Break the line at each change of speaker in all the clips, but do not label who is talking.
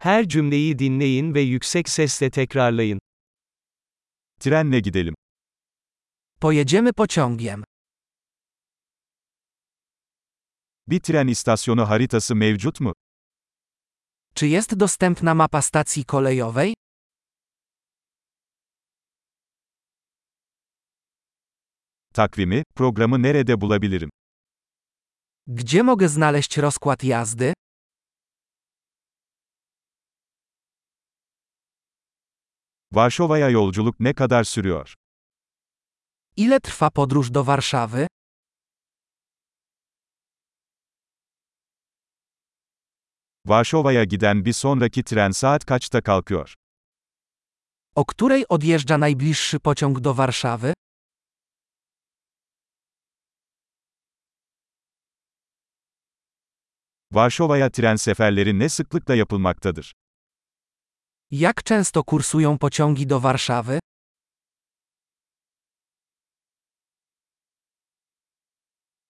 Her cümleyi dinleyin ve yüksek sesle tekrarlayın.
Trenle gidelim.
Pojedziemy pociągiem.
Bir tren istasyonu haritası mevcut mu?
Czy jest dostępna mapa stacji kolejowej?
Takvimi, programı nerede bulabilirim?
Gdzie mogę znaleźć rozkład jazdy?
Varşova'ya yolculuk ne kadar sürüyor?
Ile trwa podróż do Warszawy?
Varşova'ya giden bir sonraki tren saat kaçta kalkıyor?
O której odjeżdża najbliższy pociąg do Warszawy?
Varşova'ya tren seferleri ne sıklıkla yapılmaktadır?
Jak często kursują pociągi do Warszawy?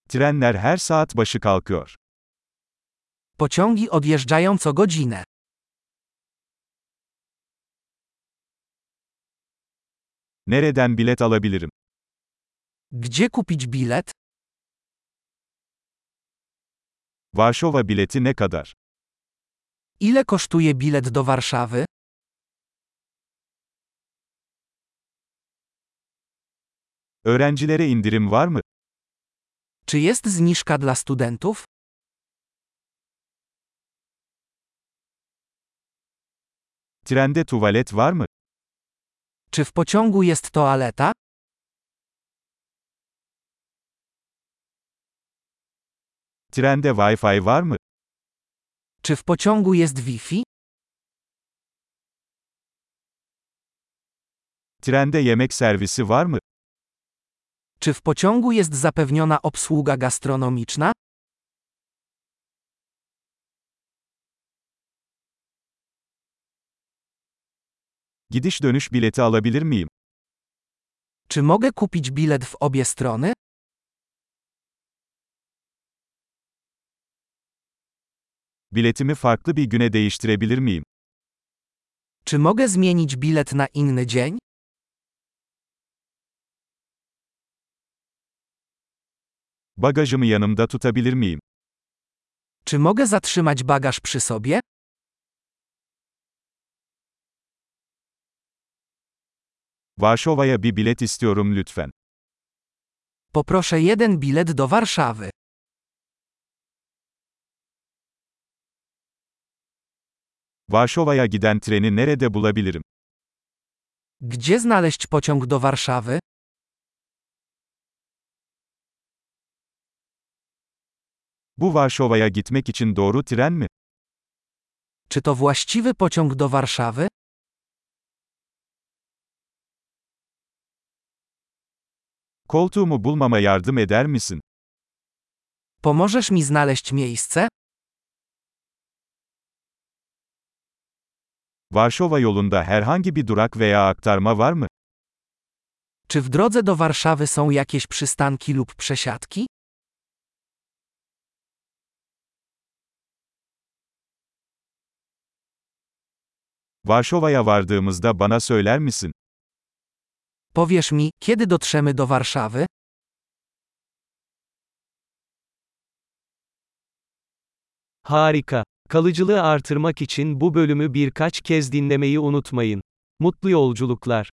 Trenler her saat başı kalkıyor.
Pociągi odjeżdżają co godzinę.
Nereden bilet alabilirim?
Gdzie kupić bilet?
Varşova bileti ne kadar?
Ile kosztuje bilet do Warszawy?
Öğrencilere indirim var mı?
Czy jest zniżka dla studentów?
Trende tuvalet var mı?
Czy w pociągu jest toaleta?
Trende Wi-Fi var mı?
Czy w pociągu jest Wi-Fi?
Trende yemek servisi var mı?
Czy w pociągu jest zapewniona obsługa gastronomiczna?
Gidiş dönüş bileti alabilir miyim?
Czy mogę kupić bilet w obie strony?
Biletimi farklı bir güne değiştirebilir miyim?
Czy mogę zmienić bilet na inny dzień?
Bagajımı yanımda tutabilir miyim?
Czy mogę zatrzymać bagaż przy sobie?
Varşova'ya bir bilet istiyorum lütfen.
Poproszę jeden bilet do Warszawy.
Varşova'ya giden treni nerede bulabilirim?
Gdzie znaleźć pociąg do Warszawy?
Bu Varşova'ya gitmek için doğru tren mi?
Czy to właściwy pociąg do Warszawy?
Koltuğumu bulmama yardım eder misin?
Pomożesz mi znaleźć miejsce?
Varşova yolunda herhangi bir durak veya aktarma var mı?
Czy w drodze do Warszawy są jakieś przystanki lub przesiadki?
Varşova'ya vardığımızda bana söyler misin?
Powiesz mi, kiedy dotrzemy do Warszawy?
Harika. Kalıcılığı artırmak için bu bölümü birkaç kez dinlemeyi unutmayın. Mutlu yolculuklar.